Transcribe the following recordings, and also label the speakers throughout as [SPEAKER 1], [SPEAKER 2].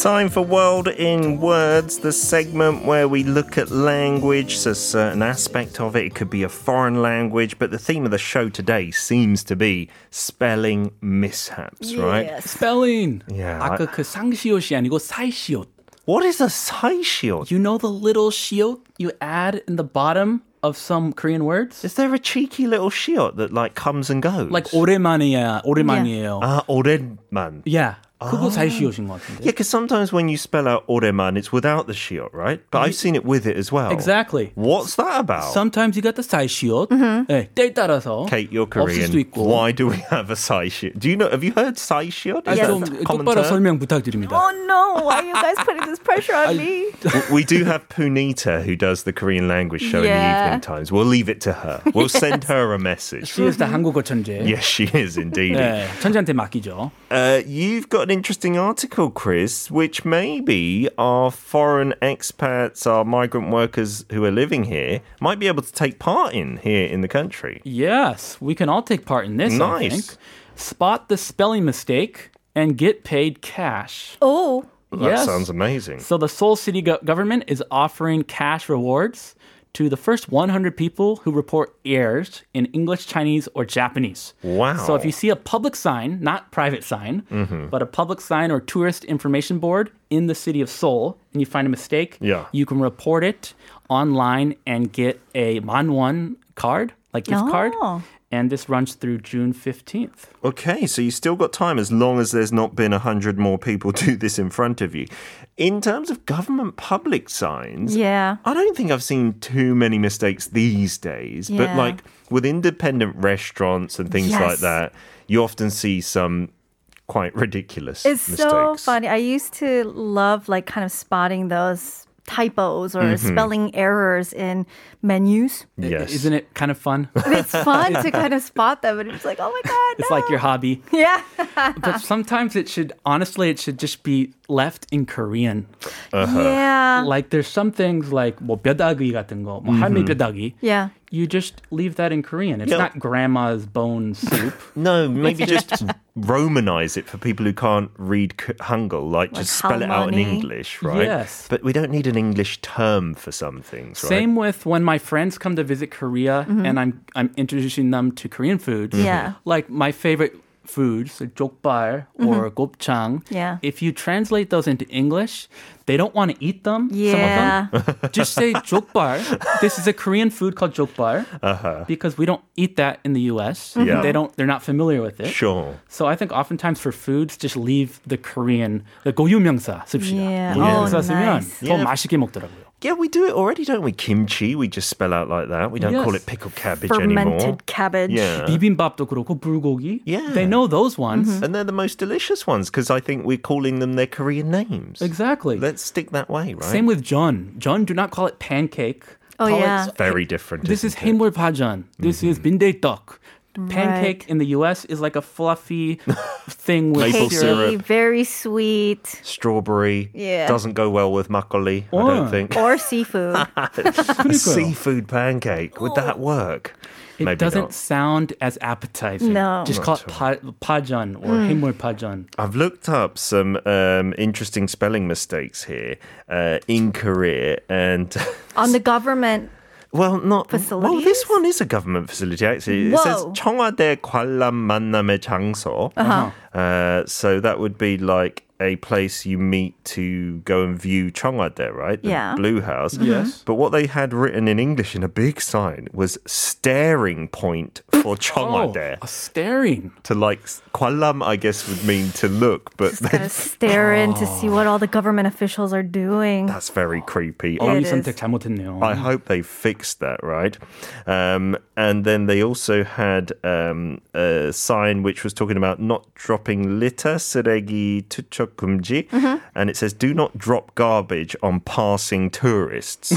[SPEAKER 1] Time for World in Words, the segment where we look at language, so a certain aspect of it. It could be a foreign language, but the theme of the show today seems to be spelling mishaps, right?
[SPEAKER 2] Yes.
[SPEAKER 3] spelling.
[SPEAKER 1] Yeah,
[SPEAKER 3] 아까
[SPEAKER 1] I-
[SPEAKER 3] 그 상시옷이 아니고 사이시옷.
[SPEAKER 1] What is a saishiot?
[SPEAKER 3] You know the little shiot you add in the bottom of some Korean words?
[SPEAKER 1] Is there a cheeky little shiot that like comes and goes?
[SPEAKER 3] like 오랜만이야, 오랜만이에요.
[SPEAKER 1] Ah, oredman. Yeah,
[SPEAKER 3] yeah. 그거 사이시옷인 것 같은데.
[SPEAKER 1] because sometimes when you spell out oreman, it's without the shiot, right? But I've seen it with it as well.
[SPEAKER 3] Exactly.
[SPEAKER 1] What's that about?
[SPEAKER 3] Sometimes you got the 사이시옷. 네, 때에 따라서
[SPEAKER 1] Kate, you're
[SPEAKER 3] 없을
[SPEAKER 1] Korean.
[SPEAKER 3] 수도 있고.
[SPEAKER 1] Why do we have a saishiot? Do you know? Have you heard saishiot? Is
[SPEAKER 3] 아,
[SPEAKER 1] that
[SPEAKER 3] 좀
[SPEAKER 1] a common
[SPEAKER 3] 똑바로
[SPEAKER 1] term?
[SPEAKER 3] 설명 부탁드립니다.
[SPEAKER 2] Oh no, why are you guys putting this pressure on me?
[SPEAKER 1] W- we do have Punita, who does the Korean language show in the
[SPEAKER 2] Yeah.
[SPEAKER 1] evening times. We'll leave it to her. We'll send her a message.
[SPEAKER 3] She is the 한국어 천재.
[SPEAKER 1] Yes, she is indeed.
[SPEAKER 3] 네, 천재한테 맡기죠.
[SPEAKER 1] Uh, you've got an interesting article, Chris, which maybe our foreign expats, our migrant workers who are living here, might be able to take part in here in the country.
[SPEAKER 3] Yes, we can all take part in this.
[SPEAKER 1] Nice.
[SPEAKER 3] I think. Spot the spelling mistake and get paid cash.
[SPEAKER 2] Oh,
[SPEAKER 1] That
[SPEAKER 3] yes.
[SPEAKER 1] sounds amazing.
[SPEAKER 3] So the Seoul city go- government is offering cash rewards to the first 100 people who report errors in English, Chinese, or Japanese.
[SPEAKER 1] Wow. Mm-hmm.
[SPEAKER 3] So if you see a public sign, not private sign, but a public sign or tourist information board in the city of Seoul, and you find a mistake,
[SPEAKER 1] Yeah.
[SPEAKER 3] you can report it online and get a manwon card, like gift card.
[SPEAKER 2] Oh.
[SPEAKER 3] And this runs through June 15th.
[SPEAKER 1] Okay, so you still got time as long as there's not been a hundred more people do this in front of you. In terms of government public signs,
[SPEAKER 2] yeah.
[SPEAKER 1] I don't think I've seen too many mistakes these days, but
[SPEAKER 2] Yeah.
[SPEAKER 1] like with independent restaurants and things like
[SPEAKER 2] Yes.
[SPEAKER 1] that, you often see some quite ridiculous
[SPEAKER 2] It's
[SPEAKER 1] mistakes.
[SPEAKER 2] so funny. I used to love like kind of spotting those typos or
[SPEAKER 1] Mm-hmm.
[SPEAKER 2] spelling errors in menus.
[SPEAKER 1] Yes.
[SPEAKER 3] Isn't it kind of fun?
[SPEAKER 2] It's fun to kind of spot them, and it's like, oh my god,
[SPEAKER 3] it's
[SPEAKER 2] no.
[SPEAKER 3] like your hobby.
[SPEAKER 2] yeah,
[SPEAKER 3] But sometimes it should, honestly, it should just be left in Korean.
[SPEAKER 1] uh-huh.
[SPEAKER 2] yeah,
[SPEAKER 3] Like there's some things like 뭐 뼈다귀 같은 거, 뭐 할매 뼈다귀.
[SPEAKER 2] yeah.
[SPEAKER 3] You just leave that in Korean. It's
[SPEAKER 1] Yeah.
[SPEAKER 3] not grandma's bone soup.
[SPEAKER 1] No, maybe just Romanize it for people who can't read K- Hangul, like, just spell it out in
[SPEAKER 2] Halmani.
[SPEAKER 1] English, right?
[SPEAKER 3] Yes.
[SPEAKER 1] But we don't need an English term for some things, right?
[SPEAKER 3] Same with when my friends come to visit Korea and I'm I'm introducing them to Korean food.
[SPEAKER 2] Mm-hmm. Yeah. Mm-hmm.
[SPEAKER 3] Like my favorite foods, like jokbal or gopchang.
[SPEAKER 2] Yeah.
[SPEAKER 3] If you translate those into English, they don't want to eat them.
[SPEAKER 2] Yeah.
[SPEAKER 3] Some of them. Just say jokbal. This is a Korean food called jokbal because we don't eat that in the US.
[SPEAKER 1] Uh-huh.
[SPEAKER 2] Mm-hmm.
[SPEAKER 1] Yeah.
[SPEAKER 3] They don't they're not familiar with it.
[SPEAKER 1] Sure.
[SPEAKER 3] So I think oftentimes for foods, just leave the Korean, the 고유명사 씁시다.
[SPEAKER 2] Yeah.
[SPEAKER 3] 고유명사
[SPEAKER 2] Oh,
[SPEAKER 3] 쓰면
[SPEAKER 2] nice.
[SPEAKER 3] 더
[SPEAKER 1] Yeah.
[SPEAKER 3] 맛있게 먹더라고요.
[SPEAKER 1] Yeah, we do it already, don't we? Kimchi, we just spell out like that. We don't call
[SPEAKER 3] Yes.
[SPEAKER 1] it pickled cabbage
[SPEAKER 2] Fermented
[SPEAKER 1] anymore.
[SPEAKER 2] cabbage.
[SPEAKER 1] Yeah.
[SPEAKER 3] 비빔밥도 그렇고 불고기.
[SPEAKER 1] Yeah.
[SPEAKER 3] They know those ones.
[SPEAKER 2] Mm-hmm.
[SPEAKER 1] And they're the most delicious ones because I think we're calling them their Korean names.
[SPEAKER 3] Exactly.
[SPEAKER 1] Let's stick that way, right?
[SPEAKER 3] Same with John. John, do not call it pancake.
[SPEAKER 2] Oh,
[SPEAKER 3] Call it-
[SPEAKER 2] yeah.
[SPEAKER 1] Very different.
[SPEAKER 3] this is
[SPEAKER 1] isn't it?
[SPEAKER 3] 해물파전. This is
[SPEAKER 1] Mm-hmm.
[SPEAKER 3] 빈대떡. Pancake in the U.S. is like a fluffy thing with
[SPEAKER 1] Maple
[SPEAKER 2] Cakey,
[SPEAKER 1] syrup.
[SPEAKER 2] very sweet,
[SPEAKER 1] Strawberry.
[SPEAKER 2] Yeah.
[SPEAKER 1] Doesn't go well with makgeolli, I don't
[SPEAKER 3] Or-
[SPEAKER 1] think.
[SPEAKER 2] or seafood.
[SPEAKER 1] A seafood pancake. Would that work?
[SPEAKER 3] It
[SPEAKER 1] Maybe not.
[SPEAKER 3] doesn't sound as appetizing.
[SPEAKER 2] No. Mm.
[SPEAKER 3] Just call it pa- 파전 or 해물파전.
[SPEAKER 1] I've looked up some um, interesting spelling mistakes here uh, in Korea, and
[SPEAKER 2] on the government.
[SPEAKER 1] well, not well. This
[SPEAKER 2] Facilities?
[SPEAKER 1] one is a government facility actually. It says
[SPEAKER 2] Whoa.
[SPEAKER 1] 청와대 관람 만남의 장소. uh
[SPEAKER 2] Uh-huh.
[SPEAKER 1] so that would be like a place you meet to go and view Chongwade, right? The
[SPEAKER 2] Yeah. Mm-hmm.
[SPEAKER 1] Blue House.
[SPEAKER 3] Yes.
[SPEAKER 1] But what they had written in English in a big sign was staring point for
[SPEAKER 3] Oh,
[SPEAKER 1] Chongwade.
[SPEAKER 3] a staring.
[SPEAKER 1] to like kwalam i guess would mean to look but
[SPEAKER 2] Just gotta stare in to see what all the government officials are doing.
[SPEAKER 1] Oh. that's very creepy
[SPEAKER 3] 언니
[SPEAKER 2] is.
[SPEAKER 3] 선택 잘못했네요.
[SPEAKER 2] Mm.
[SPEAKER 1] i hope they fixed that right um, and then they also had um, a sign which was talking about not dropping litter seregi tuchokumji
[SPEAKER 2] Mm-hmm.
[SPEAKER 1] and it says do not drop garbage on passing tourists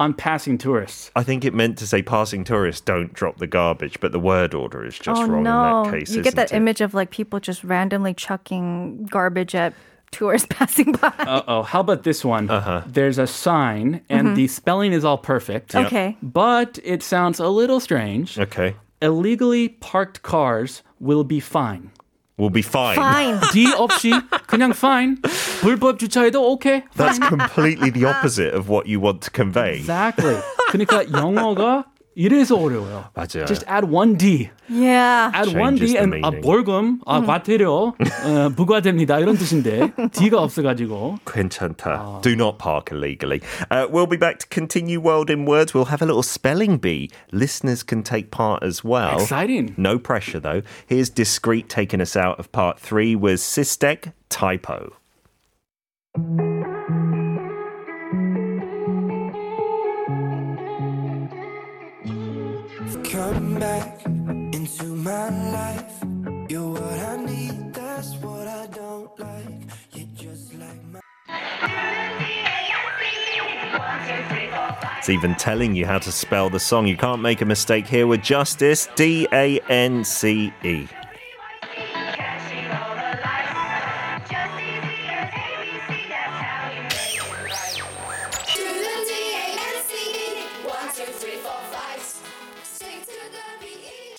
[SPEAKER 3] I'm passing tourists.
[SPEAKER 1] i think it meant to say passing tourists don't drop the garbage but the word order is just
[SPEAKER 2] oh
[SPEAKER 1] wrong
[SPEAKER 2] no!
[SPEAKER 1] in that case
[SPEAKER 2] you get
[SPEAKER 1] isn't
[SPEAKER 2] that
[SPEAKER 1] it?
[SPEAKER 2] image of like people just randomly chucking garbage at tourists passing by.
[SPEAKER 3] Uh-oh, how about this one?
[SPEAKER 1] Uh-huh.
[SPEAKER 3] There's a sign, and the spelling is all perfect.
[SPEAKER 2] Okay.
[SPEAKER 3] But it sounds a little strange.
[SPEAKER 1] okay
[SPEAKER 3] Illegally parked cars will be fine.
[SPEAKER 1] will be fine.
[SPEAKER 2] Fine.
[SPEAKER 3] D 없이 그냥 fine. 불법 주차해도 okay.
[SPEAKER 1] That's completely the opposite of what you want to convey.
[SPEAKER 3] Exactly. 그러니까 영어가 이래서 어려워요.
[SPEAKER 1] 맞아요.
[SPEAKER 3] Just add one D.
[SPEAKER 2] yeah.
[SPEAKER 3] add one
[SPEAKER 1] Changes
[SPEAKER 3] D
[SPEAKER 1] the
[SPEAKER 3] and 아,
[SPEAKER 1] meaning.
[SPEAKER 3] 벌금, 아, 과태료 어, 부과됩니다. 이런 뜻인데 D가 없어가지고
[SPEAKER 1] 괜찮다. Do not park illegally. Uh, we'll be back to continue World in Words. We'll have a little spelling bee. Listeners can take part as well.
[SPEAKER 3] exciting.
[SPEAKER 1] No pressure though. Here's Discreet taking us out of part three with Sistek Typo.
[SPEAKER 4] Come back into my life. You're what I need, that's what I don't like. You're just like my.
[SPEAKER 1] It's even telling you how to spell the song. You can't make a mistake here with Justice. D A N C E.
[SPEAKER 5] To the D-A-N-C-E. One, two, three, four, five. Sing to the beat.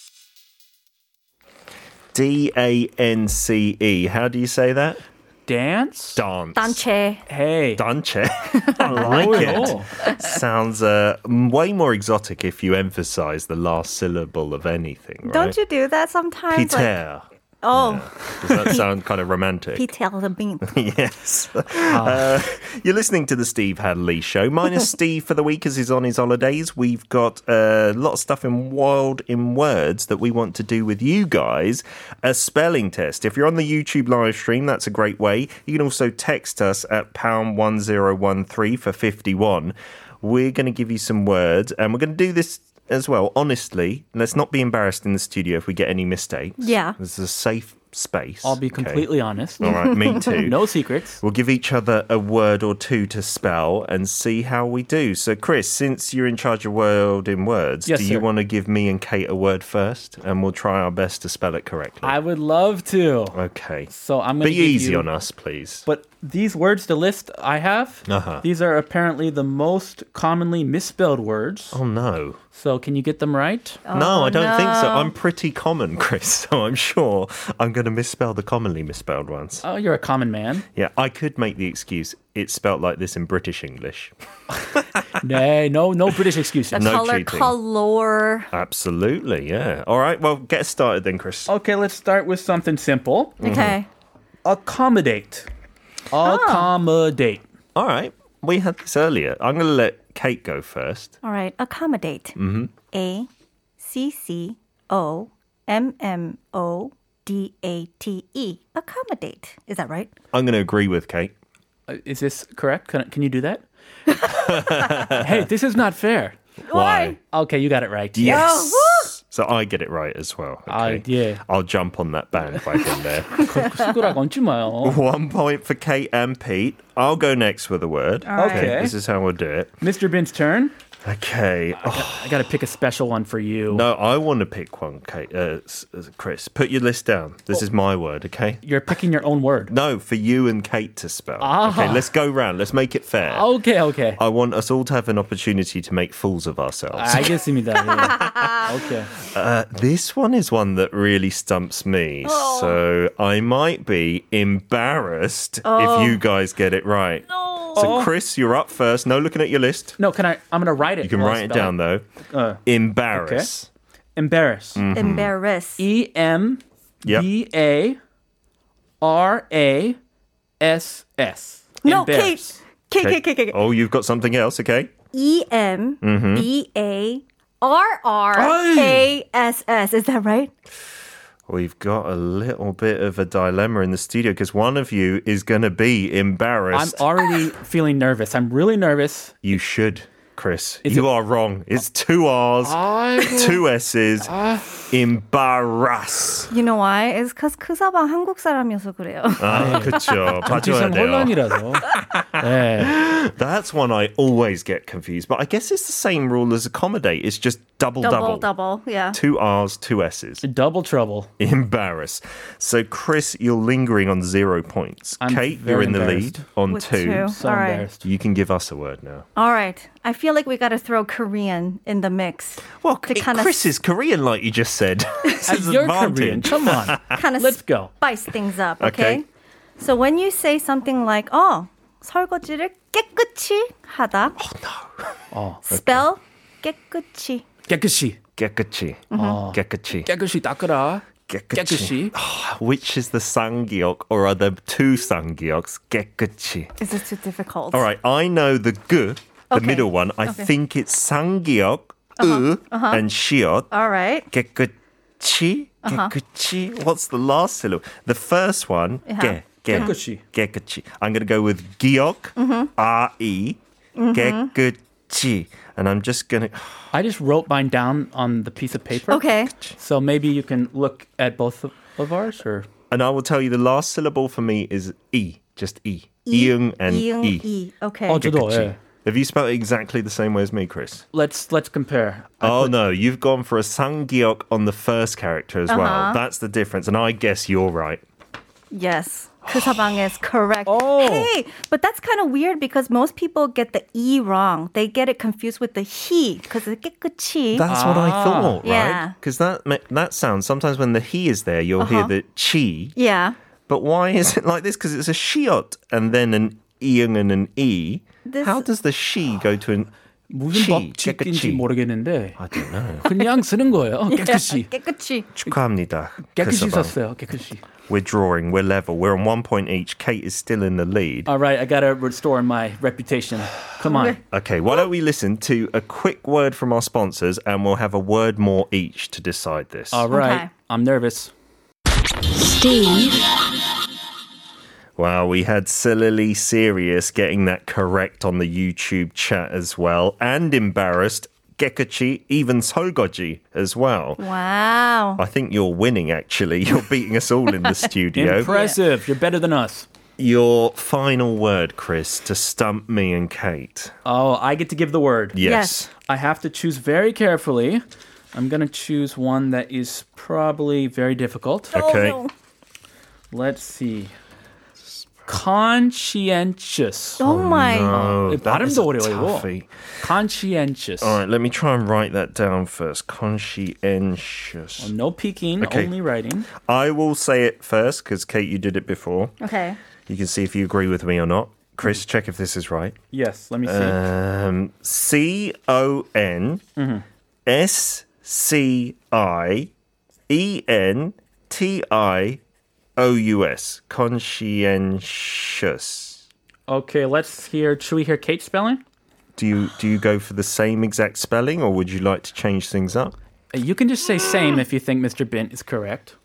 [SPEAKER 1] D A N C E. How do you say that?
[SPEAKER 3] Dance.
[SPEAKER 1] Dance.
[SPEAKER 2] 단체.
[SPEAKER 3] Hey.
[SPEAKER 1] Dance. I like
[SPEAKER 3] Oh,
[SPEAKER 1] it. Sounds uh, m- way more exotic if you emphasize the last syllable of anything. Right?
[SPEAKER 2] Don't you do that sometimes? Like,
[SPEAKER 1] Peter.
[SPEAKER 2] oh,
[SPEAKER 1] Does that sound kind of romantic?
[SPEAKER 2] Peter the bean.
[SPEAKER 1] Yes. Uh, you're listening to the Steve Hadley Show. Minus Steve for the week as he's on his holidays. We've got uh, a lot of stuff in Wild in Words that we want to do with you guys. A spelling test. If you're on the YouTube live stream, that's a great way. You can also text us at pound 1013 for 51. We're going to give you some words and we're going to do this as well. Honestly, let's not be embarrassed in the studio if we get any mistakes.
[SPEAKER 2] Yeah.
[SPEAKER 1] This is a safe space.
[SPEAKER 3] I'll be
[SPEAKER 1] Okay.
[SPEAKER 3] completely honest.
[SPEAKER 1] All right, me too.
[SPEAKER 3] No secrets.
[SPEAKER 1] We'll give each other a word or two to spell and see how we do. So, Chris, since you're in charge of World in Words,
[SPEAKER 3] Yes,
[SPEAKER 1] do you
[SPEAKER 3] sir.
[SPEAKER 1] want to give me and Kate a word first? And we'll try our best to spell it correctly.
[SPEAKER 3] I would love to.
[SPEAKER 1] okay.
[SPEAKER 3] So I'm gonna
[SPEAKER 1] Be
[SPEAKER 3] give
[SPEAKER 1] easy
[SPEAKER 3] you-
[SPEAKER 1] on us, please.
[SPEAKER 3] But these words, the list I have,
[SPEAKER 1] Uh-huh.
[SPEAKER 3] these are apparently the most commonly misspelled words.
[SPEAKER 1] Oh, no.
[SPEAKER 3] So can you get them right?
[SPEAKER 1] no, I don't think so.
[SPEAKER 2] no.
[SPEAKER 1] I'm pretty common, Chris, so I'm sure I'm going to misspell the commonly misspelled ones.
[SPEAKER 3] Oh, you're a common man.
[SPEAKER 1] Yeah, I could make the excuse it's spelt like this in British English.
[SPEAKER 3] Nay, no, no British excuses.
[SPEAKER 1] No
[SPEAKER 2] color,
[SPEAKER 1] cheating.
[SPEAKER 2] color.
[SPEAKER 1] Absolutely, yeah. All right, well, get started then, Chris.
[SPEAKER 3] Okay, let's start with something simple.
[SPEAKER 1] Mm-hmm.
[SPEAKER 2] Okay.
[SPEAKER 3] Accommodate. Accommodate.
[SPEAKER 1] All right. We had this earlier. I'm going to let Kate go first.
[SPEAKER 2] All right. Accommodate.
[SPEAKER 1] Mm-hmm.
[SPEAKER 2] A C C O M M O D A T E. Accommodate. Is that right?
[SPEAKER 1] I'm going to agree with Kate.
[SPEAKER 3] Uh, Is this correct? Can, can you do that? hey, this is not fair.
[SPEAKER 1] Why?
[SPEAKER 3] Okay, you got it right.
[SPEAKER 1] Yes. So I get it right as well. Okay.
[SPEAKER 3] I- yeah.
[SPEAKER 1] I'll jump on that bandwagon there.
[SPEAKER 3] 수고라고 얹지 마요.
[SPEAKER 1] One point for Kate and Pete. I'll go next with a word.
[SPEAKER 3] Okay.
[SPEAKER 1] This is how we'll do it.
[SPEAKER 3] Mr. Bin's turn.
[SPEAKER 1] Okay. Oh,
[SPEAKER 3] I got to pick a special one for you.
[SPEAKER 1] no, I want to pick one, Kate. Uh, s- uh, Chris, put your list down. This is my word, okay?
[SPEAKER 3] You're picking your own word.
[SPEAKER 1] No, for you and Kate to spell.
[SPEAKER 3] Ah. Oh.
[SPEAKER 1] Okay, let's go round. Let's make it fair.
[SPEAKER 3] Okay, okay.
[SPEAKER 1] I want us all to have an opportunity to make fools of ourselves.
[SPEAKER 3] 알겠습니다. 예. okay.
[SPEAKER 1] This one is one that really stumps me. So I might be embarrassed if you guys get it right. So, Chris, you're up first. No looking at your list.
[SPEAKER 3] No, can I? I'm gonna write it.
[SPEAKER 1] You can write it down, though. Embarrass.
[SPEAKER 3] Embarrass.
[SPEAKER 1] Mm. Mm-hmm.
[SPEAKER 2] Embarrass.
[SPEAKER 3] E M
[SPEAKER 1] Yep.
[SPEAKER 3] B A R A S S.
[SPEAKER 2] No,
[SPEAKER 3] Embarrass.
[SPEAKER 2] Kate. Kate, Kate, Kate, Kate.
[SPEAKER 1] Oh, you've got something else, okay?
[SPEAKER 2] E M B A R R A S S. Is that right?
[SPEAKER 1] We've got a little bit of a dilemma in the studio because one of you is going to be
[SPEAKER 3] I'm
[SPEAKER 1] embarrassed.
[SPEAKER 3] already feeling nervous. I'm really nervous.
[SPEAKER 1] you should, Chris. you are wrong. It's two R's,
[SPEAKER 3] Ah.
[SPEAKER 1] two S's. embarrass.
[SPEAKER 2] You know why? It's because 그 사람
[SPEAKER 1] Ah,
[SPEAKER 2] 한국 사람이어서 그래요.
[SPEAKER 1] 아, 그쵸.
[SPEAKER 3] 지상
[SPEAKER 1] 봐줘야 돼요.
[SPEAKER 3] 혼란이라서. 네.
[SPEAKER 1] That's one I always get confused, but I guess it's the same rule as accommodate. It's just double
[SPEAKER 2] Double,
[SPEAKER 1] double.
[SPEAKER 2] double. Yeah.
[SPEAKER 1] Two R's, two S's.
[SPEAKER 3] Double trouble.
[SPEAKER 1] Embarrass. So, Chris, you're lingering on zero points.
[SPEAKER 3] I'm
[SPEAKER 1] Kate,
[SPEAKER 3] very
[SPEAKER 1] you're in the
[SPEAKER 3] embarrassed.
[SPEAKER 1] lead on
[SPEAKER 2] With two.
[SPEAKER 3] So
[SPEAKER 2] All right.
[SPEAKER 3] embarrassed.
[SPEAKER 1] You can give us a word now.
[SPEAKER 2] All right. I feel like we got to throw Korean in the mix.
[SPEAKER 1] Well,
[SPEAKER 2] To
[SPEAKER 1] it-
[SPEAKER 2] kinda
[SPEAKER 1] Chris
[SPEAKER 2] s-
[SPEAKER 1] is Korean, like you just said. this
[SPEAKER 3] Uh,
[SPEAKER 1] is
[SPEAKER 3] You're
[SPEAKER 1] advantage.
[SPEAKER 3] Korean. Come on.
[SPEAKER 2] kind of
[SPEAKER 3] Let's go.
[SPEAKER 2] spice things up,
[SPEAKER 1] Okay.
[SPEAKER 2] okay? So when you say something like "어 설거지를 깨끗이 하다,"
[SPEAKER 3] 어.
[SPEAKER 2] spell 깨끗이.
[SPEAKER 3] 깨끗이.
[SPEAKER 1] Gekachi.
[SPEAKER 2] Mm-hmm.
[SPEAKER 3] Oh.
[SPEAKER 1] Gekachi.
[SPEAKER 3] 깨끗이 닦으라.
[SPEAKER 1] Gekachi.
[SPEAKER 3] 깨끗이.
[SPEAKER 1] Which is the Sangyok, or are there two Sangyok's? Gekachi.
[SPEAKER 2] Is it too difficult?
[SPEAKER 1] All right, I know the gu, the
[SPEAKER 2] Okay.
[SPEAKER 1] middle one. I
[SPEAKER 2] Okay. Uh-huh.
[SPEAKER 1] think it's Sangyok, u, and shiot.
[SPEAKER 2] All right.
[SPEAKER 1] Gekachi.
[SPEAKER 2] Uh-huh.
[SPEAKER 1] Gekachi. What's the last syllable? The first one, ge.
[SPEAKER 2] Uh-huh.
[SPEAKER 1] ge-
[SPEAKER 3] Gekachi.
[SPEAKER 1] Gekachi. I'm going to go with giok,
[SPEAKER 2] Mm-hmm.
[SPEAKER 1] R-E, gekachi. And I'm just going to...
[SPEAKER 3] I just wrote mine down on the piece of paper.
[SPEAKER 2] Okay.
[SPEAKER 3] So maybe you can look at both of, of ours or
[SPEAKER 1] And I will tell you the last syllable for me is E, just E. Eung and
[SPEAKER 2] 이응
[SPEAKER 1] E.
[SPEAKER 2] 이. Okay.
[SPEAKER 3] Oh, 저도 예.
[SPEAKER 1] Have you spelled it exactly the same way as me, Chris?
[SPEAKER 3] Let's let's compare.
[SPEAKER 1] oh no, you've gone for a Sangyok on the first character as
[SPEAKER 2] Uh-huh.
[SPEAKER 1] well. That's the difference. And I guess you're right.
[SPEAKER 2] Yes. Kusabang is correct.
[SPEAKER 3] Oh.
[SPEAKER 2] Hey, but that's kind of weird because most people get the e wrong. They get it confused with the he because it's 깨끗이.
[SPEAKER 1] That's what I thought,
[SPEAKER 2] Ah. Yeah.
[SPEAKER 1] right? Because that ma- that sounds sometimes when the he is there, you'll hear
[SPEAKER 2] Uh-huh.
[SPEAKER 1] the chi.
[SPEAKER 2] yeah.
[SPEAKER 1] But why is it like this? Because it's a shiot and then an eung and an e.
[SPEAKER 2] This-
[SPEAKER 1] How does the she go to an chi?
[SPEAKER 3] 무슨 법칙인지
[SPEAKER 1] 깨끗이?
[SPEAKER 3] 모르겠는데
[SPEAKER 1] I don't know.
[SPEAKER 3] 그냥 쓰는 거예요. 깨끗이.
[SPEAKER 2] 깨끗이.
[SPEAKER 1] 축하합니다.
[SPEAKER 3] 깨끗이
[SPEAKER 1] 그래서
[SPEAKER 3] 썼어요. 깨끗이.
[SPEAKER 1] We're drawing. We're level. We're on one point each. Kate is still in the lead.
[SPEAKER 3] All right, I gotta restore my reputation. Come on.
[SPEAKER 1] Okay, why don't we listen to a quick word from our sponsors and we'll have a word more each to decide this.
[SPEAKER 3] All right.
[SPEAKER 2] Okay.
[SPEAKER 3] I'm nervous.
[SPEAKER 1] Wow, we had Sillily Serious getting that correct on the YouTube chat as well, and embarrassed Gekachi, even Sogoji as well.
[SPEAKER 2] Wow.
[SPEAKER 1] I think you're winning actually. You're beating us all in the studio.
[SPEAKER 3] Impressive. You're better than us.
[SPEAKER 1] Your final word, Chris, to stump me and Kate.
[SPEAKER 3] Oh, I get to give the word.
[SPEAKER 1] Yes.
[SPEAKER 2] Yes.
[SPEAKER 3] I have to choose very carefully. I'm gonna choose one that is probably very difficult.
[SPEAKER 1] Okay.
[SPEAKER 2] Oh, no.
[SPEAKER 3] Let's see. Conscientious. Eh,
[SPEAKER 2] Oh, my.
[SPEAKER 1] Oh,
[SPEAKER 3] It- 발음도
[SPEAKER 1] that is a
[SPEAKER 3] 어려워요.
[SPEAKER 1] toughie.
[SPEAKER 3] Conscientious.
[SPEAKER 1] All right, let me try and write that down first. Conscientious.
[SPEAKER 3] Uh, No peeking,
[SPEAKER 1] Okay.
[SPEAKER 3] only writing.
[SPEAKER 1] I will say it first because Kate, you did it before.
[SPEAKER 2] Okay.
[SPEAKER 1] You can see if you agree with me or not. Chris, check if this is right.
[SPEAKER 3] Yes, let me see.
[SPEAKER 1] Um, C O N S C I E N T I O U S. Conscientious.
[SPEAKER 3] okay, let's hear. Should we hear Kate's spelling?
[SPEAKER 1] Do you do you go for the same exact spelling, or would you like to change things up?
[SPEAKER 3] Uh, You can just say same if you think Mr. Bint is correct.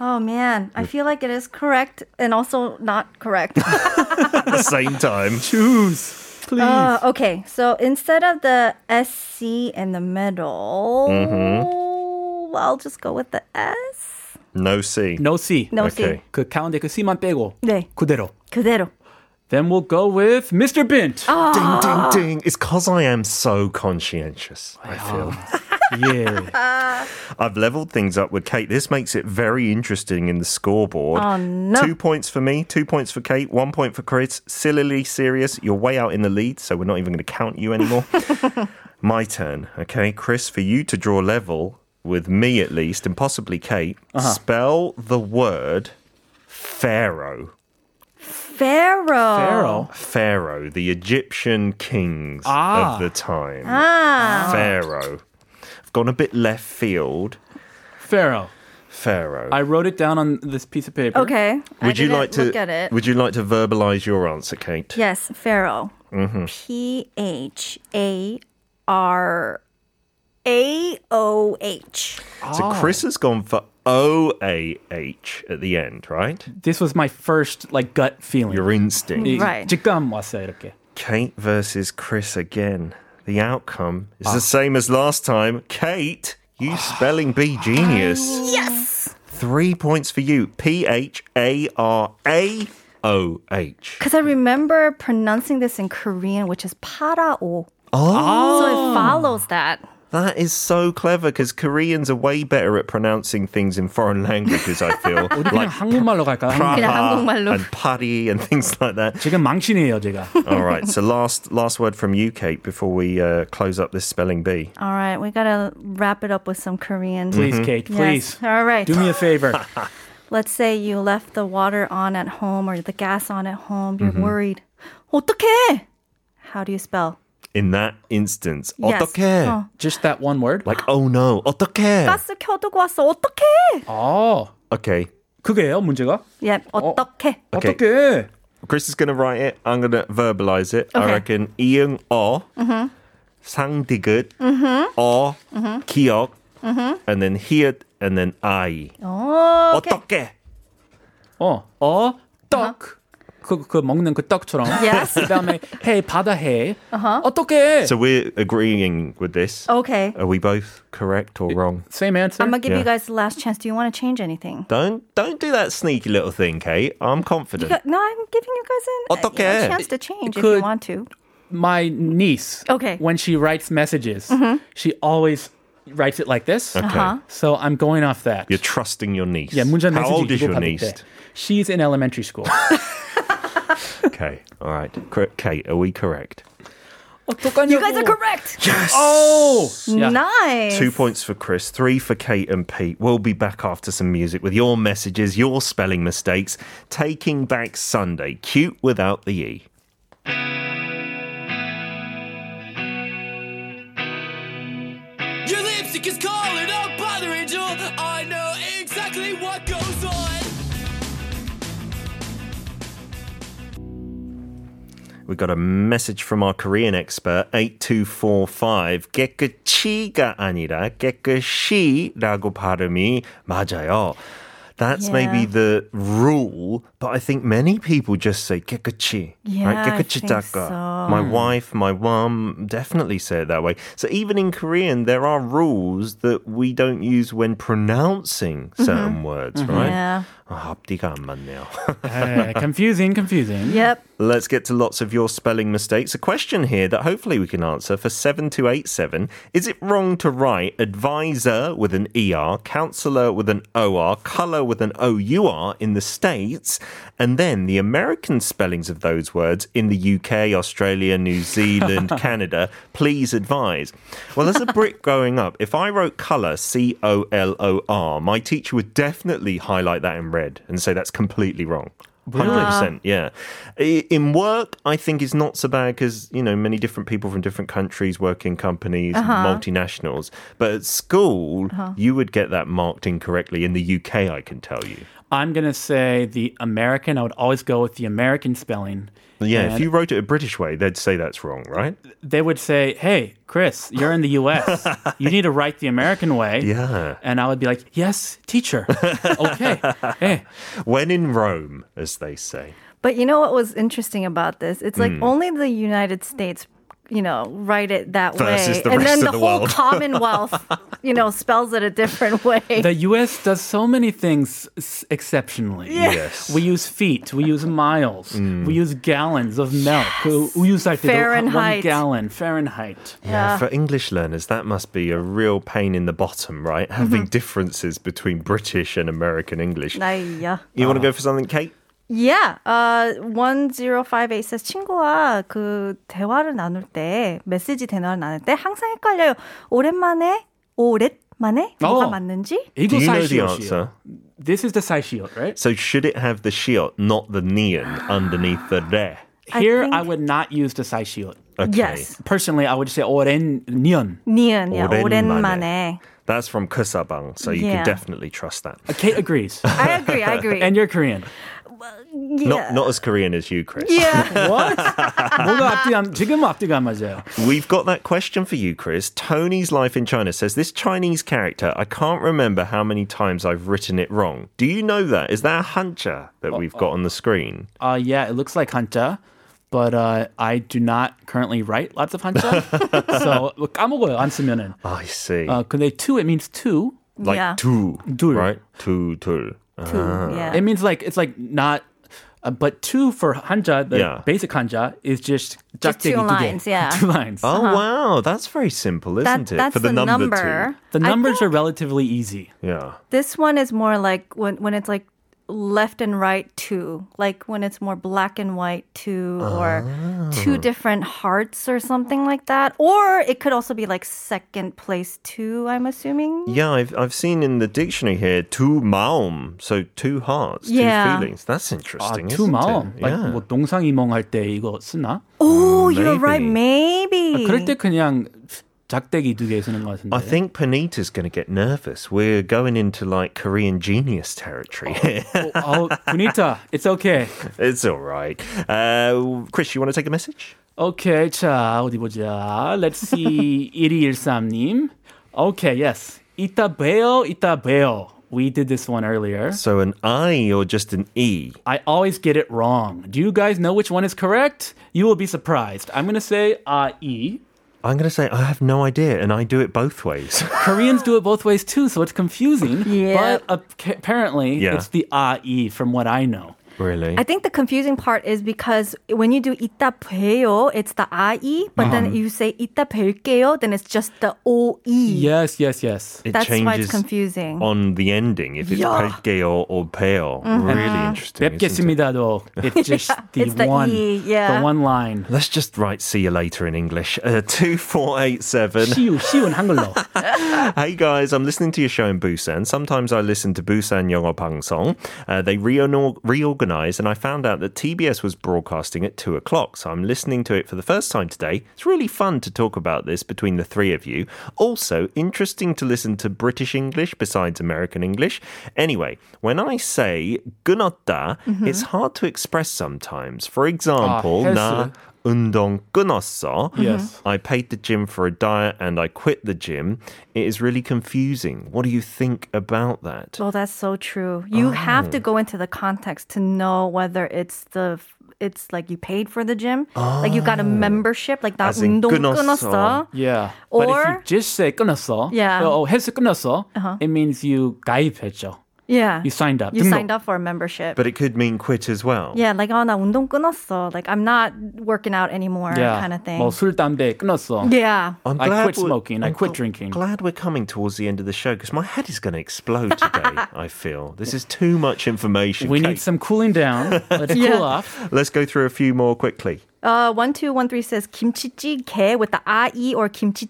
[SPEAKER 2] Oh man, I feel like it is correct and also not correct.
[SPEAKER 1] At the same time.
[SPEAKER 3] Choose, please.
[SPEAKER 2] Uh, okay, so instead of the SC in the middle, I'll just go with the S.
[SPEAKER 1] No C.
[SPEAKER 3] no C.
[SPEAKER 2] No
[SPEAKER 1] Okay.
[SPEAKER 2] C.
[SPEAKER 3] 그 가운데 그 C만 빼고
[SPEAKER 2] 네.
[SPEAKER 3] 그대로.
[SPEAKER 2] 그대로.
[SPEAKER 3] Then we'll go with Mr. Bint.
[SPEAKER 1] Ding, ding, ding. It's because I am so conscientious, I feel.
[SPEAKER 3] Yeah.
[SPEAKER 1] I've leveled things up with Kate. This makes it very interesting in the scoreboard.
[SPEAKER 2] Oh, no.
[SPEAKER 1] Two points for me, two points for Kate, one point for Chris. Sillily serious. You're way out in the lead, so we're not even going to count you anymore. My turn, okay? Chris, for you to draw level with me at least, and possibly Kate, spell the word pharaoh.
[SPEAKER 2] Pharaoh.
[SPEAKER 3] Pharaoh.
[SPEAKER 1] Pharaoh, the Egyptian kings
[SPEAKER 3] Ah.
[SPEAKER 1] of the time.
[SPEAKER 2] Ah.
[SPEAKER 1] Pharaoh. I've gone a bit left field.
[SPEAKER 3] Pharaoh.
[SPEAKER 1] Pharaoh.
[SPEAKER 3] I wrote it down on this piece of paper.
[SPEAKER 2] Okay. I
[SPEAKER 1] would you
[SPEAKER 2] didn't
[SPEAKER 1] like to
[SPEAKER 2] look at it?
[SPEAKER 1] Would you like to verbalize your answer, Kate?
[SPEAKER 2] yes, Pharaoh.
[SPEAKER 1] Mm-hmm.
[SPEAKER 2] P H A R A O H.
[SPEAKER 1] So Chris has gone for O A H at the end, right?
[SPEAKER 3] This was my first like gut feeling.
[SPEAKER 1] Your instinct.
[SPEAKER 3] 이-
[SPEAKER 2] Right.
[SPEAKER 3] 직감 왔어요 이렇게.
[SPEAKER 1] Kate versus Chris again. The outcome is the same as last time. Kate, you spelling bee genius.
[SPEAKER 2] Yes.
[SPEAKER 1] Three points for you. P H A R A O H.
[SPEAKER 2] Because I remember pronouncing this in Korean, which is parao. Oh. So it follows that.
[SPEAKER 1] That is so clever because Koreans are way better at pronouncing things in foreign languages, I feel.
[SPEAKER 3] 그냥
[SPEAKER 1] like
[SPEAKER 3] 한국말로 갈까요? 한국-
[SPEAKER 2] 그냥
[SPEAKER 1] praha
[SPEAKER 2] 한국말로.
[SPEAKER 1] and putty and things like that.
[SPEAKER 3] 지금 망신이에요, 제가.
[SPEAKER 1] All right, so last last word from you, Kate, before we uh, close up this spelling bee.
[SPEAKER 2] All right, we gotta wrap it up with some Korean.
[SPEAKER 3] Please, Kate,
[SPEAKER 2] Yes.
[SPEAKER 3] please.
[SPEAKER 2] All right.
[SPEAKER 3] Do me a favor.
[SPEAKER 2] Let's say you left the water on at home or the gas on at home.
[SPEAKER 1] Mm-hmm.
[SPEAKER 2] You're worried. 어떡해? How do you spell?
[SPEAKER 1] In that instance,
[SPEAKER 2] Yes.
[SPEAKER 1] 어떡해?
[SPEAKER 2] Oh.
[SPEAKER 3] Just that one word.
[SPEAKER 1] Like, oh no, 어떡해?
[SPEAKER 2] 가스 켜두고 왔어. 어떡해?
[SPEAKER 3] 어,
[SPEAKER 1] Okay,
[SPEAKER 3] oh, 그게예요, 문제가?
[SPEAKER 2] Yep. 어떡해?
[SPEAKER 1] Okay.
[SPEAKER 3] 어떻게?
[SPEAKER 1] Chris is going to write it. I'm going to verbalize it. I
[SPEAKER 2] Okay.
[SPEAKER 1] reckon 이응 어, 상디귿,
[SPEAKER 2] Mm-hmm.
[SPEAKER 1] 어, 기억, and then 히읗, and then I.
[SPEAKER 2] Oh, Mm-hmm. okay.
[SPEAKER 1] 어떡해?
[SPEAKER 3] 어, 어, 떡. 그, 그 먹는 그 떡처럼.
[SPEAKER 2] Yes.
[SPEAKER 3] 그다음에 해 바다 해. 어떻게?
[SPEAKER 1] So we're agreeing with this.
[SPEAKER 2] Okay.
[SPEAKER 1] Are we both correct or wrong?
[SPEAKER 3] Same answer.
[SPEAKER 2] I'm gonna give
[SPEAKER 1] Yeah.
[SPEAKER 2] you guys the last chance. Do you want to change anything?
[SPEAKER 1] Don't don't do that sneaky little thing, Kate. I'm confident.
[SPEAKER 2] Go- No, I'm giving you guys an, uh, you know,
[SPEAKER 1] 어떡해?
[SPEAKER 2] chance to change if
[SPEAKER 3] Could-
[SPEAKER 2] you want to.
[SPEAKER 3] My niece.
[SPEAKER 2] Okay.
[SPEAKER 3] When she writes messages, she always writes it like this.
[SPEAKER 2] Uh-huh.
[SPEAKER 1] okay.
[SPEAKER 3] So I'm going off that.
[SPEAKER 1] You're trusting your niece.
[SPEAKER 3] yeah, 문자
[SPEAKER 1] How
[SPEAKER 3] 메시지
[SPEAKER 1] old is your
[SPEAKER 3] 주고받을
[SPEAKER 1] niece?
[SPEAKER 3] 때. She's in elementary school.
[SPEAKER 1] okay. All right. Cor- Kate, are we correct?
[SPEAKER 3] 어떡하냐고.
[SPEAKER 2] You guys are correct.
[SPEAKER 3] Oh. Yeah.
[SPEAKER 2] Nice.
[SPEAKER 1] Two points for Chris, three for Kate and Pete. We'll be back after some music with your messages, your spelling mistakes. Taking Back Sunday, cute without the E.
[SPEAKER 4] Your lipstick is colored up by the angel. I know exactly what goes on.
[SPEAKER 1] We got a message from our Korean expert, 8245. 깨끗이가 아니라 깨끗이라고 발음이 맞아요. That's
[SPEAKER 2] Yeah.
[SPEAKER 1] maybe the rule, but I think many people just say 깨끗이.
[SPEAKER 2] Yeah, I
[SPEAKER 1] 깨끗이
[SPEAKER 2] think
[SPEAKER 1] 닦아.
[SPEAKER 2] so.
[SPEAKER 1] My wife, my mum definitely say it that way. So even in Korean, there are rules that we don't use when pronouncing certain words, right?
[SPEAKER 2] Mm-hmm. Yeah.
[SPEAKER 1] 아, 앞뒤가 안 맞네요.
[SPEAKER 3] Eh, confusing, confusing.
[SPEAKER 2] Yep.
[SPEAKER 1] Let's get to lots of your spelling mistakes. A question here that hopefully we can answer for 7287. Is it wrong to write advisor with an ER, counselor with an OR, color with an OUR in the States, and then the American spellings of those words in the UK, Australia, New Zealand, Canada? Please advise. Well, as a Brit growing up, if I wrote color C O L O R, my teacher would definitely highlight that in red and say that's completely wrong. 100%. Yeah. I- In work, I think it's not so bad because, you know, many different people from different countries work in companies, multinationals. But at school, you would get that marked incorrectly. In the UK, I can tell you.
[SPEAKER 3] I'm going to say the American. I would always go with the American spelling.
[SPEAKER 1] Yeah, if
[SPEAKER 3] And
[SPEAKER 1] you wrote it a British way, they'd say that's wrong, right?
[SPEAKER 3] they would say, "Hey, Chris, you're in the U.S. you need to write the American way."
[SPEAKER 1] Yeah.
[SPEAKER 3] And I would be like, "Yes, teacher. okay. Hey,
[SPEAKER 1] When in Rome, as they say.
[SPEAKER 2] But you know what was interesting about this? It's like only the United States, you know, write it that
[SPEAKER 1] Versus
[SPEAKER 2] way,
[SPEAKER 1] the
[SPEAKER 2] and
[SPEAKER 1] rest
[SPEAKER 2] then
[SPEAKER 1] of
[SPEAKER 2] the,
[SPEAKER 1] the
[SPEAKER 2] whole
[SPEAKER 1] world.
[SPEAKER 2] Commonwealth, you know, spells it a different way.
[SPEAKER 3] the U.S. does so many things s- exceptionally.
[SPEAKER 1] Yes. Mm.
[SPEAKER 3] We use feet. We use miles. We use gallons of milk. We- We use like the- the one
[SPEAKER 2] Fahrenheit.
[SPEAKER 3] gallon Fahrenheit.
[SPEAKER 1] Yeah, for English learners, that must be a real pain in the bottom, right? Having differences between British and American English.
[SPEAKER 2] Ay, yeah.
[SPEAKER 1] You want to go for something, Kate?
[SPEAKER 2] Yeah. Uh, 1058 says 친구와 그 대화를 나눌 때 메시지 대화를 나눌 때 항상 헷갈려요. 오랜만에 오랫만에 뭐가
[SPEAKER 3] 어.
[SPEAKER 2] 맞는지?
[SPEAKER 1] Do
[SPEAKER 3] Eagle
[SPEAKER 1] you know the
[SPEAKER 3] saishiot.
[SPEAKER 1] answer?
[SPEAKER 3] This is the saishiot, right?
[SPEAKER 1] So should it have the shiot, not the neon, underneath the re?
[SPEAKER 2] I
[SPEAKER 3] Here, I,
[SPEAKER 2] think-
[SPEAKER 3] would not use the saishiot.
[SPEAKER 1] Okay.
[SPEAKER 2] Yes.
[SPEAKER 3] Personally, I would say oren neon.
[SPEAKER 2] 니은 yeah,
[SPEAKER 1] 오랜만에.
[SPEAKER 2] 오랜만에.
[SPEAKER 1] That's from Kusabang, so you can
[SPEAKER 2] Yeah.
[SPEAKER 1] definitely trust that.
[SPEAKER 3] Uh, Kate agrees.
[SPEAKER 2] I agree. I agree.
[SPEAKER 3] and you're Korean.
[SPEAKER 1] Not
[SPEAKER 2] yeah.
[SPEAKER 1] not as Korean as you, Chris.
[SPEAKER 2] yeah.
[SPEAKER 3] What? 뭐가 앞뒤가 안- 지금 앞뒤가 안 맞아요.
[SPEAKER 1] We've got that question for you, Chris. Tony's Life in China says this Chinese character, I can't remember how many times I've written it wrong. Do you know that? Is that a hancha that we've got on the screen?
[SPEAKER 3] Uh, yeah, it looks like hanja, but uh, I do not currently write lots of hanja. so 뭐 까먹어요 안 쓰면은.
[SPEAKER 1] I see.
[SPEAKER 3] Uh, 근데 two it means two.
[SPEAKER 1] like
[SPEAKER 2] yeah. Uh-huh.
[SPEAKER 1] two,
[SPEAKER 3] 둘.
[SPEAKER 1] right? Two, two. Uh,
[SPEAKER 2] Two, yeah.
[SPEAKER 3] It means like it's like not. Uh, but two for Hanja, the
[SPEAKER 1] Yeah.
[SPEAKER 3] basic Hanja, is just
[SPEAKER 2] Just two
[SPEAKER 3] 짝대기 두 개.
[SPEAKER 2] lines, yeah.
[SPEAKER 3] two lines.
[SPEAKER 1] Oh wow, that's very simple, isn't
[SPEAKER 2] That,
[SPEAKER 1] it?
[SPEAKER 2] that's
[SPEAKER 1] For the, number, two.
[SPEAKER 3] The
[SPEAKER 2] I
[SPEAKER 3] numbers
[SPEAKER 2] think
[SPEAKER 3] are relatively easy.
[SPEAKER 1] Yeah.
[SPEAKER 2] This one is more like when when it's like left and right two, like when it's more black and white two, or
[SPEAKER 1] Ah.
[SPEAKER 2] two different hearts or something like that. Or it could also be like second place two. I'm assuming.
[SPEAKER 1] Yeah, I've I've seen in the dictionary here two maum, so two hearts,
[SPEAKER 2] Yeah.
[SPEAKER 1] two feelings. That's
[SPEAKER 3] 아,
[SPEAKER 1] interesting.
[SPEAKER 3] Ah, Uh, two
[SPEAKER 1] isn't
[SPEAKER 3] 마음.
[SPEAKER 1] It?
[SPEAKER 3] Like
[SPEAKER 1] yeah.
[SPEAKER 3] 뭐 동상이몽 할때 이거 쓰나?
[SPEAKER 1] Mm,
[SPEAKER 2] Oh, you're right. Maybe.
[SPEAKER 3] 그럴 때 그냥 작대기 두 개 쓰는 것 같은데.
[SPEAKER 1] I think Panita's going to get nervous. We're going into like Korean genius territory. here.
[SPEAKER 3] oh, Punita, it's okay.
[SPEAKER 1] it's all right. Uh, Chris, you want to take a message?
[SPEAKER 3] Okay, 자, 어디 보자. Let's see. 1213님. Okay, yes. 이따 봬요, 이따 봬요. We did this one earlier.
[SPEAKER 1] So an I or just an E?
[SPEAKER 3] I always get it wrong. Do you guys know which one is correct? You will be surprised. I'm going to say ae.
[SPEAKER 1] I'm going to say I have no idea, and I do it both ways.
[SPEAKER 3] Koreans do it both ways too, so it's confusing.
[SPEAKER 2] Yeah.
[SPEAKER 3] But ap- apparently,
[SPEAKER 1] Yeah.
[SPEAKER 3] it's the ae from what I know.
[SPEAKER 1] really?
[SPEAKER 2] I think the confusing part is because when you do 이따 봬요, it's the 아이,
[SPEAKER 1] Uh-huh.
[SPEAKER 2] but then you say 이따 뵐게요, then it's just the oe.
[SPEAKER 3] Yes, yes, yes.
[SPEAKER 1] it
[SPEAKER 2] That's
[SPEAKER 1] changes
[SPEAKER 2] why it's confusing.
[SPEAKER 1] on the ending if it's
[SPEAKER 2] Yeah. Mm-hmm.
[SPEAKER 1] pekeo or peo. Really interesting. isn't it?
[SPEAKER 3] 뵙겠습니다도. It's just the
[SPEAKER 2] It's the
[SPEAKER 3] one,
[SPEAKER 2] E, yeah.
[SPEAKER 3] the one line.
[SPEAKER 1] Let's just write "see you later" in English. Uh, two four eight seven.
[SPEAKER 3] 시우, 시운 한글로.
[SPEAKER 1] Hey guys, I'm listening to your show in Busan. Sometimes I listen to Busan Yongopang Song. Uh, they reorg- reorganized, and I found out that TBS was broadcasting at two o'clock. So I'm listening to it for the first time today. It's really fun to talk about this between the three of you. Also, interesting to listen to British English besides American English. Anyway, when I say "gunota," it's hard to express sometimes. For example,
[SPEAKER 3] 헬스.
[SPEAKER 1] na 운동 끊었어.
[SPEAKER 3] Yes.
[SPEAKER 1] I paid the gym for a diet and I quit the gym. It is really confusing. What do you think about that?
[SPEAKER 2] well, that's so true. You have
[SPEAKER 1] Oh.
[SPEAKER 2] to go into the context to know whether it's the it's like you paid for the gym, like you got a membership, like that
[SPEAKER 1] Oh. As in
[SPEAKER 2] 운동
[SPEAKER 1] 끊었어.
[SPEAKER 2] 끊었어.
[SPEAKER 3] Yeah. but if you
[SPEAKER 2] Or-
[SPEAKER 3] just say 끊었어,
[SPEAKER 2] Yeah. Uh-huh.
[SPEAKER 3] oh, 헬스 끊었어, it means you 가입했죠.
[SPEAKER 2] Yeah,
[SPEAKER 3] You signed up.
[SPEAKER 2] You
[SPEAKER 3] 등록.
[SPEAKER 2] signed up for a membership.
[SPEAKER 1] But it could mean quit as well.
[SPEAKER 2] yeah, like oh, 나 운동 끊었어. Like I'm not working out anymore,
[SPEAKER 3] Yeah.
[SPEAKER 2] kind of thing.
[SPEAKER 3] 뭐술 담배 끊었어.
[SPEAKER 2] yeah.
[SPEAKER 1] I'm
[SPEAKER 3] I
[SPEAKER 1] glad
[SPEAKER 3] quit
[SPEAKER 1] we're-
[SPEAKER 3] smoking,
[SPEAKER 1] I'm
[SPEAKER 3] I quit
[SPEAKER 1] gl-
[SPEAKER 3] drinking.
[SPEAKER 1] Glad we're coming towards the end of the show because my head is going to explode today. I feel this is too much information.
[SPEAKER 3] We
[SPEAKER 1] Kate.
[SPEAKER 3] need some cooling down. Let's
[SPEAKER 2] Yeah.
[SPEAKER 3] cool off.
[SPEAKER 1] Let's go through a few more quickly.
[SPEAKER 2] Uh, one two one three says kimchi with the ie or kimchi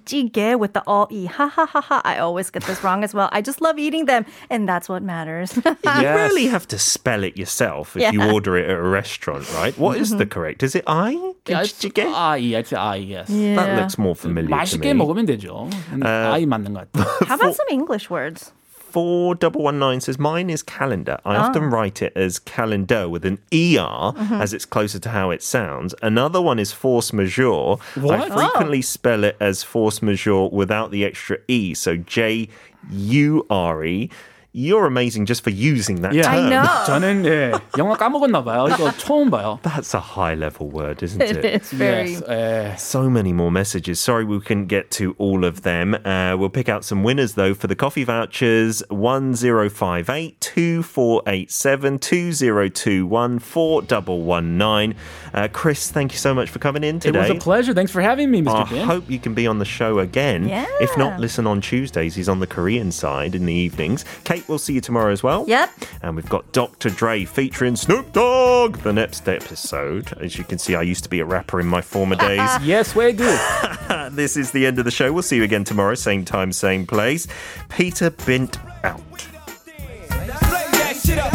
[SPEAKER 2] with the all e. Ha ha ha ha! I always get this wrong as well. I just love eating them, and that's what matters.
[SPEAKER 1] You really have to spell it yourself if you
[SPEAKER 2] Uh, Yeah. Mm-hmm.
[SPEAKER 1] order it at a restaurant, right? What is the correct? Is it I? Kimchi-jjigae?
[SPEAKER 3] 아이, 아이, 아이, yes.
[SPEAKER 1] That looks more familiar to me.
[SPEAKER 3] 맛있게 먹으면 되죠. 아이 맞는 것 같아.
[SPEAKER 2] How about some English words?
[SPEAKER 1] four double one nine says mine is calendar. I often write it as calendar with an er as it's closer to how it sounds. Another one is force majeure. I
[SPEAKER 3] What?
[SPEAKER 1] frequently spell it as force majeure without the extra e. So J U R E. You're amazing just for using that
[SPEAKER 3] Yeah.
[SPEAKER 1] term.
[SPEAKER 2] I know.
[SPEAKER 3] 저는 예, 영어 까먹었나 봐요. 이거 처음 봐요.
[SPEAKER 1] That's a high level word, isn't it?
[SPEAKER 2] It's very
[SPEAKER 3] Yes, 예.
[SPEAKER 1] So many more messages. Sorry we couldn't get to all of them. Uh, we'll pick out some winners though for the coffee vouchers 1058 2487 2021 4119. Uh, Chris, thank you so much for coming in
[SPEAKER 3] It
[SPEAKER 1] today.
[SPEAKER 3] was a pleasure. Thanks for having me,
[SPEAKER 1] I
[SPEAKER 3] Mr. Bin.
[SPEAKER 1] hope you can be on the show again.
[SPEAKER 2] Yeah.
[SPEAKER 1] If not, listen on Tuesdays. He's on the Korean side in the evenings. Kate, we'll see you tomorrow as well.
[SPEAKER 2] Yep.
[SPEAKER 1] And we've got Dr. Dre featuring Snoop Dogg the next episode. As you can see, I used to be a rapper in my former days.
[SPEAKER 3] Yes, way good.
[SPEAKER 1] This is the end of the show. We'll see you again tomorrow, same time, same place. Peter Bint out.
[SPEAKER 6] Play that shit up.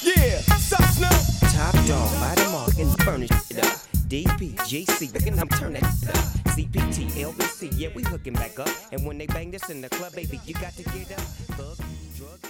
[SPEAKER 6] Yeah, sup Snoop.
[SPEAKER 7] Top dog, by the mark, and furnish it up. DPGC, and I'm turning it up. CPT, LBC, yeah, we hooking back up. And when they bang this in the club, baby, you got to get up. Bug, drug,